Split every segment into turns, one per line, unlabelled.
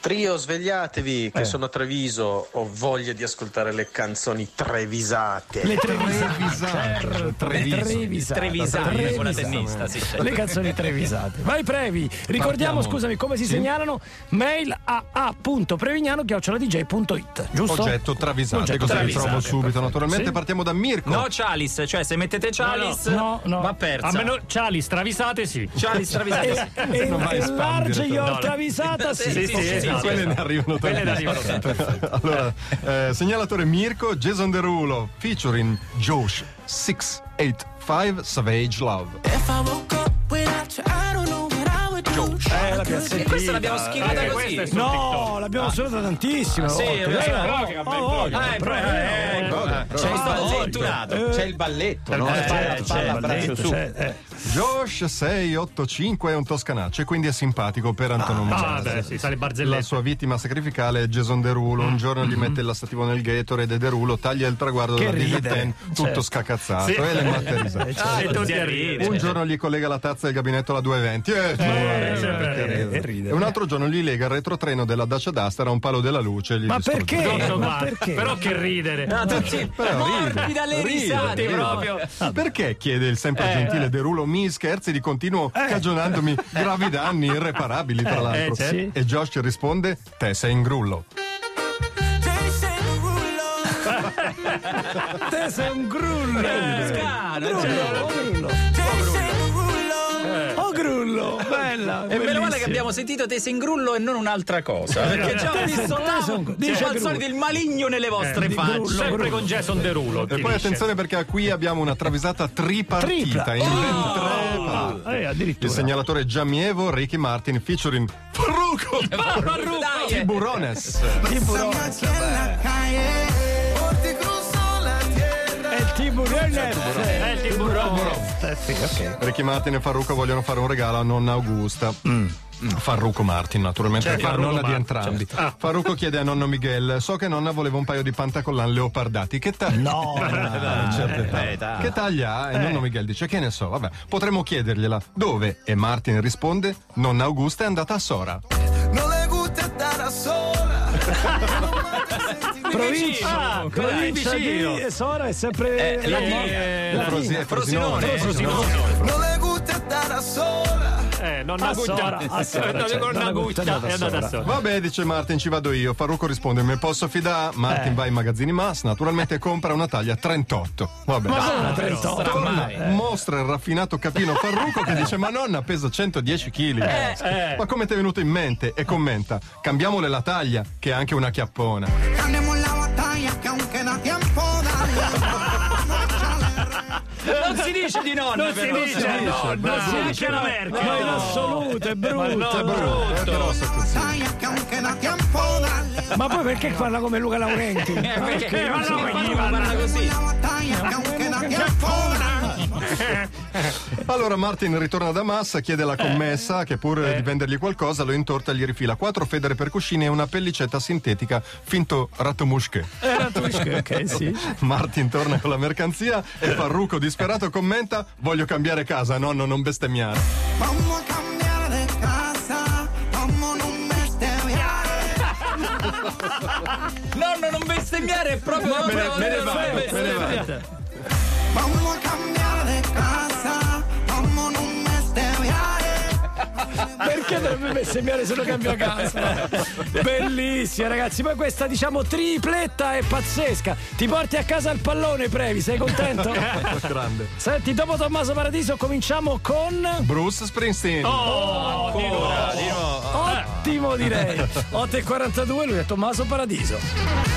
Trio, svegliatevi che
Eh.
sono a Treviso, ho voglia di ascoltare le canzoni trevisate.
Le trevisate.
Certo,
Le
Treviso.
trevisate.
Trevisate,
Trevisate.
con la tennista, sì, certo.
Le canzoni trevisate. Vai Previ, ricordiamo,
Partiamo.
scusami, come si segnalano? Mail a a.prevignano.dj.it, giusto?
Oggetto
travisato.
travisate,
Oggetto
così
travisate.
li trovo subito. Naturalmente
Sì.
partiamo da Mirko.
No Chalice, cioè se mettete Chalice
No, no.
va persa.
A meno Cialis, travisate sì.
Chalice travisate.
E,
sì.
e,
Non vai a
e
spam
large
direttamente.
your
No, no.
travisata sì.
Sì, sì,
Ok.
sì,
Sì,
esatto.
quelle ne arrivano
Quelle ne
tantissime.
arrivano
allora, eh, segnalatore Mirko, Jason Derulo, featuring Josh 685 Savage Love.
If I woke up without you, I don't know what I would do.
Eh, l'abbiamo
E
sentita.
questa l'abbiamo schivata
Eh,
Anche
così.
questa è su
No, Ah, l'abbiamo suonata tantissime
sì,
volte.
è
Eh,
vero.
oh,
Però
ho-
che vabbè,
ho voglia,
Ah, è
però-
proprio- eh,
eh,
ecco, C'è il sballetturato.
Eh. C'è il balletto, no?
Eh,
Spalla,
c'è
spalla,
il
braccio su.
cioè, eh.
Josh 685 è un toscanaccio e quindi è simpatico per antonomasia.
Ah, beh, sì, sale
La
barzellette.
sua vittima sacrificale è Jason Derulo. Un giorno gli mette il lassativo nel Gatorade e Derulo taglia il traguardo
Che
della
ridere,
diciotenne, tutto
certo.
scacazzato e le matte risate.
Ah, e tutti
sì,
a
ridere.
Un
ridere.
giorno gli collega la tazza del gabinetto alla 220
Eh,
eh, scusa,
sempre
perché
ride,
ride.
ride.
e un altro giorno gli lega il retrotreno della Dacia Duster a un palo della luce e gli
Ma
distrugge.
perché?
Tutto
Ma
qua.
perché? Ah,
Però che ridere.
No, tutti
Però
morti
ride,
dalle
ride,
risate
ride.
proprio.
Perché chiede il
Eh.
sempre gentile Derulo mi scherzi di continuo cagionandomi gravi danni irreparabili tra l'altro
eh, sì.
e Josh risponde te sei in grullo
Jason Derulo,
Te sei un grullo.
Scano, cioè,
Grullo, oh grullo.
Jason Derulo.
Oh grullo, bella.
E meno male che abbiamo sentito tese in grullo e non un'altra cosa. Perché già ho visto là,
Tese in grullo. Dice
c'è al
grullo.
solito il maligno nelle vostre
Eh, di grullo.
facce.
Sempre con Jason Derulo.
e poi attenzione perché qui abbiamo una travisata tripartita
Tripla. Oh!
in ben tre parti.
Eh,
il
addirittura.
segnalatore Giamievo Ricky Martin featuring
Eh,
Farruko
Dai, eh.
Tiburones
Somebody en la calle, por ti cruzó la tierra.
È tiburones.
È il tiburone.
Ricky Martin e Farruko vogliono fare un regalo a nonna Augusta. Farruco Martin, naturalmente, è la
Farruko
nonna di
Martin,
entrambi. Farruco chiede a nonno Miguel: So che nonna voleva un paio di pantacollan leopardati. Che Eh, taglia? No, certo. che taglia? ha?" E nonno Miguel dice: Che ne so, vabbè, potremmo chiedergliela. Dove? E Martin risponde: Nonna Augusta è andata a Sora.
No le gusta estar a sola.
Provincia,
Ah,
provincia
vicino.
di eh, Sora è sempre
Eh, la
Roma.
di- eh,
È Frosi- è Frosinone.
No le gusta estar a sola.
Eh, non
A
una
Sora, a Sora, cioè,
Non
nonna
una
Gutta,
gutta.
nonna
È andata a Sora.
Vabbè, dice Martin, ci vado io. Farruco risponde: Me posso fidare? Martin va in magazzini Mass, naturalmente compra una taglia 38. Vabbè.
Ah, però,
Torna, mostra il raffinato capino Farruco che dice ma nonna pesa 110 kg ma come ti è venuto in mente e commenta cambiamole la taglia che è anche una chiappona
Ganemos la batalla que aunque da tiempo da
Non si dice di nonna,
Non si
però.
dice, no, non si dice la merca.
Ma in assoluto è brutto.
no,
brutto.
Eh, però se così.
batalla que aunque da tiempo da
Ma poi perché parla come Luca Laurenti?
Eh, perché?
Perché? Ma no,
Perché
ma chi
parla
parla
così?
La batalla que aunque da tiempo da
allora Martin ritorna da Massa chiede alla commessa che pur di vendergli qualcosa lo intorta e gli rifila quattro federe percuscine e una pellicetta sintetica finto ratomuschè
Era tu, ok, sì.
Martin torna con la mercanzia e Farruco disperato commenta voglio cambiare casa nonno non bestemmiare
Vamos a cambiar de casa. Vamos a un mes de viaje.
Nonno, non bestemmiare è proprio.
me ne-
proprio-
me ne
non
vado, me
bestemmiare.
ne vado.
Vamos a cambiar de casa, vamos en un mes de viaje.
Perché dovrebbe bestemmiare se lo cambio a casa? Bellissima, ragazzi. Poi questa, diciamo, tripletta è pazzesca. Ti porti a casa il pallone, Previ, sei contento?
grande
Senti, dopo Tommaso Paradiso cominciamo con.
Bruce Springsteen
Ottimo, direi. 8.42, lui è Tommaso Paradiso.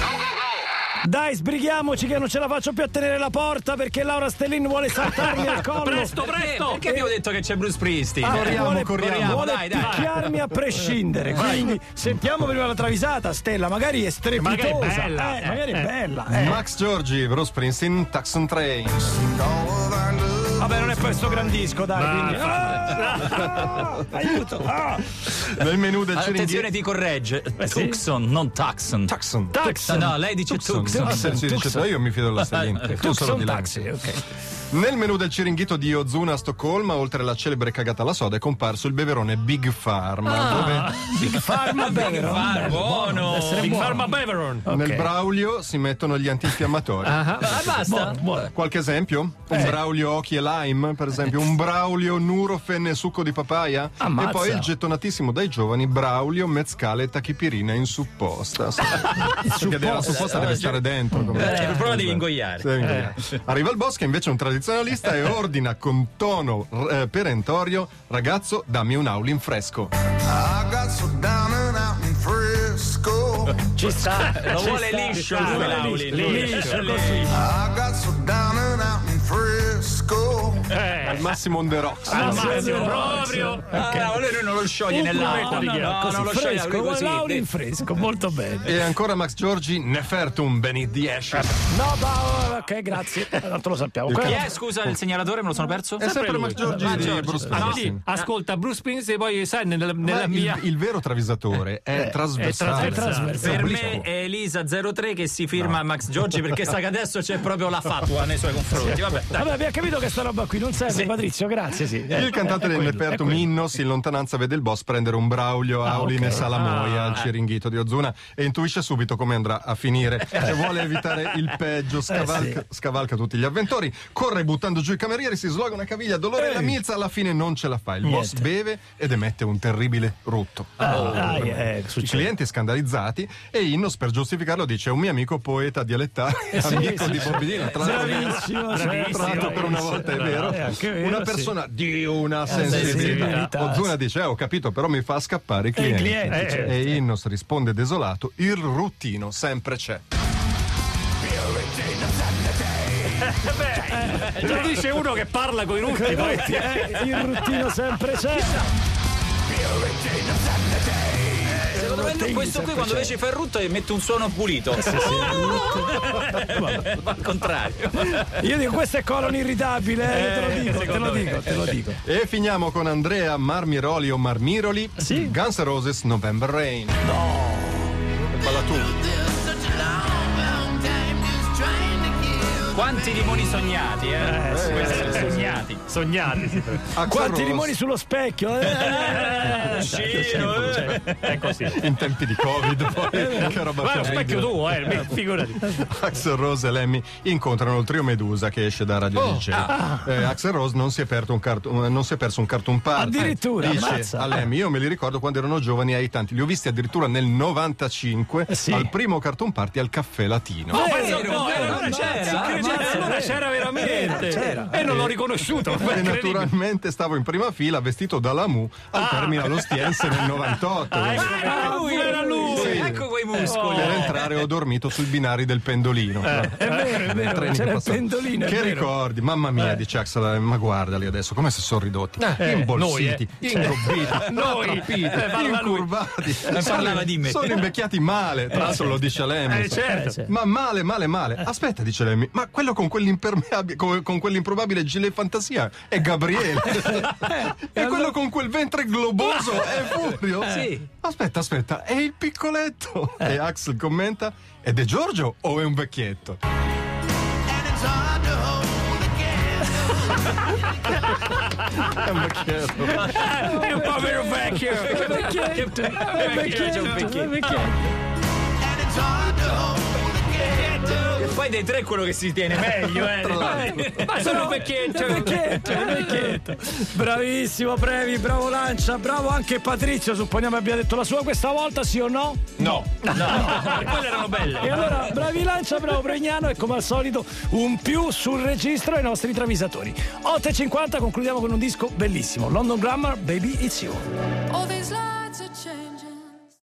Dai, sbrighiamoci che non ce la faccio più a tenere la porta perché Laura Stellin vuole saltarmi al collo.
Presto, presto! Perché abbiamo detto che c'è Bruce
Ah,
Springsteen?
vuole,
corriamo.
vuole
Dai, dai.
picchiarmi a prescindere. Quindi sentiamo prima la travisata, Stella. Magari è strepitosa.
Magari è bella,
eh,
eh,
magari è bella. eh.
Max Giorgi, Bruce Springsteen, Taxon Train.
Vabbè, non è questo gran disco, dai. quindi- Ah, aiuto. Ah.
Nel menu del
Attenzione,
Ceringhieri.
ti corregge. Tuxon, non Taxon.
Taxon.
No, lei dice
Tuxon.
Tuxon.
Ah, se si dice- Io mi fido della Stellina. Tu
eh, Tucson
solo di lei.
Taxi, ok.
Nel menù del Ciringhito di Ozuna a Stoccolma, oltre alla celebre cagata alla soda, è comparso il beverone Big Pharma, dove
Big Pharma Beveron.
Pharma,
bello,
buono.
deve essere
Big
buono.
Pharma Beveron.
nel Braulio si mettono gli antinfiammatori.
Ah, basta.
Buono, buono.
Qualche esempio? Un Braulio Occhi e Lime, per esempio, un Braulio Nurofen e succo di papaya.
Ammazza.
E poi il gettonatissimo dai giovani Braulio Mezcale e Tachipirina in supposta. Perché la supposta deve stare dentro. come- diciamo.
Eh, per prova devi ingoiare.
Sì, ingoiare. Arriva il Bosca, invece è un tradizionalista e ordina con tono eh, perentorio: Ragazzo, dammi un aulin fresco.
I got so down and out in Frisco.
Ci sta.
Lo
ci
vuole
sta,
liscio
ci
lui,
sta.
Laulin.
Liscio,
Lui.
I got so down and out in Frisco.
Al massimo on the rocks.
Ah, sì,
Mazzo,
sì.
proprio.
Ah, Laulin lui non lo scioglie
Un
nell'acqua.
culetto di
No,
ghiaccio,
no, non lo
così
scioglie
fresco,
lui
con Laulin
così.
fresco, molto bene.
E ancora Max Giorgi, Nefertum Benit Diesch.
No, ma ok, grazie. Eh, Tanto lo sappiamo.
Chi
Quello-
è, scusa, il segnalatore? Me lo sono perso?
È sempre
lui.
Max Giorgi
Max
di
Giorgi.
Bruce
Ah, no,
Mm.
Springsteen.
Ascolta, Bruce Springsteen poi sai nella,
Ma
nella
il,
mia...
il vero travisatore è trasversale.
è
Ah,
trasversale.
Per
Obliquo.
me è Elisa 03 che si firma a Max Giorgi perché sa che adesso c'è proprio la fatua nei suoi confronti. Vabbè, dai.
Vabbè, abbiamo capito che sta roba qui non serve, Patrizio, grazie, sì. Eh,
Il cantante
è
del
quello,
reperto
è quello. Ah,
Minnos in lontananza vede il boss prendere un Braulio, Aulin e Salamoia al ciringhito di Ozuna e intuisce subito come andrà a finire.
Eh.
Se vuole evitare il peggio, scavalca, scavalca tutti gli avventori, corre buttando giù i camerieri, si sloga una caviglia, dolore la milza, alla fine non ce la fa. Il boss beve ed emette un terribile Oh. rutto.
Ah, eh, eh,
I
succede.
clienti scandalizzati e Innos per giustificarlo dice un mio amico poeta dialettale,
Eh sì,
amico
sì,
di
sì.
Bobby Dylan, tra l'altro-
Bravissimo,
tra l'altro
bravissimo.
per una volta è vero,
Eh, anche vero,
una
sì. Eh,
persona di una sensibilità.
sensibilità.
Ozuna dice eh, ho capito però mi fa scappare i
E i
clienti.
clienti,
E
certo.
Innos risponde desolato, il ruttino sempre c'è.
Lo dice uno che parla con i nuclei.
Eh, il ruttino sempre c'è.
Secondo me no, questo qui quando invece fa il rutto mette un suono pulito. Va al contrario.
Io dico, questo è colon irritabile, eh, te lo dico, te lo
secondo me.
dico, te lo dico.
E finiamo con Andrea Marmiroli o Marmiroli,
Sì.
Guns N' Roses November Rain.
Quanti limoni sognati, eh? sognati.
Sognati. sì, però.
Axl
Quanti
Rose
limoni sullo specchio? eh. certo.
Ciro, eh.
È così.
in tempi di Covid, poi
Eh,
che roba
Ma è lo
terribile.
specchio tuo, eh, mi- figurati.
Axel Rose e Lemmy incontrano il trio Medusa che esce da Radio
Oh,
DJ.
ah.
Eh, Axel Rose non si, è aperto un cart- un- non si è perso un cartoon party.
Addirittura,
Dice
ammazza.
a Lemmy, io me li ricordo quando erano giovani ai tanti. Li ho visti addirittura nel 95
Eh, sì. Oh,
al primo cartoon party al Caffè Latino.
Ma
penso un po',
vero,
allora c'era,
ammazza,
C'era, allora
vero.
c'era veramente.
c'era.
E non l'ho riconosciuto.
E
incredibile.
naturalmente stavo in prima fila vestito da Lamu al
Ah.
termine allo Stiense nel 98.
ecco,
Ah, era lui, era lui.
Sì.
Ecco quei muscoli.
Per entrare ho dormito sui binari del pendolino.
È vero, è
Nei
vero, c'era
treni che
il
passavano.
pendolino. è
Che
vero.
ricordi, mamma mia, dice Axel, eh, ma guardali adesso, come si sono ridotti. Imbolsiti, ingobbiti,
Noi,
rattrappiti,
eh, parla lui.
incurvati.
parlava di me.
Sono invecchiati male, tra l'altro lo dice Lemmy.
Eh, certo.
Ma male, male, male. Aspetta, dice Lemmy, ma quello con quell'impermeabile, con, con quell'improbabile gilet fantasia è Gabriele. e quello con quel ventre globoso è Furio.
Sì.
Aspetta, aspetta, è il piccoletto. E Axel commenta, ed è Giorgio o è un vecchietto? È un vecchietto.
È un povero vecchio.
Vecchietto, è
c'è un
vecchietto,
vecchietto.
è vecchietto.
Poi dei tre è quello che si tiene meglio, eh. Ma sono un vecchietto.
È vecchietto, è vecchietto. Bravissimo Previ, bravo Lancia, bravo anche Patrizio, supponiamo abbia detto la sua questa volta, sì o no?
No, no, quelle erano belle.
E allora, bravi Lancia, bravo Pregnano e come al solito un più sul registro ai nostri travisatori. 8.50 concludiamo con un disco bellissimo, London Grammar, Baby It's You.
All these lies.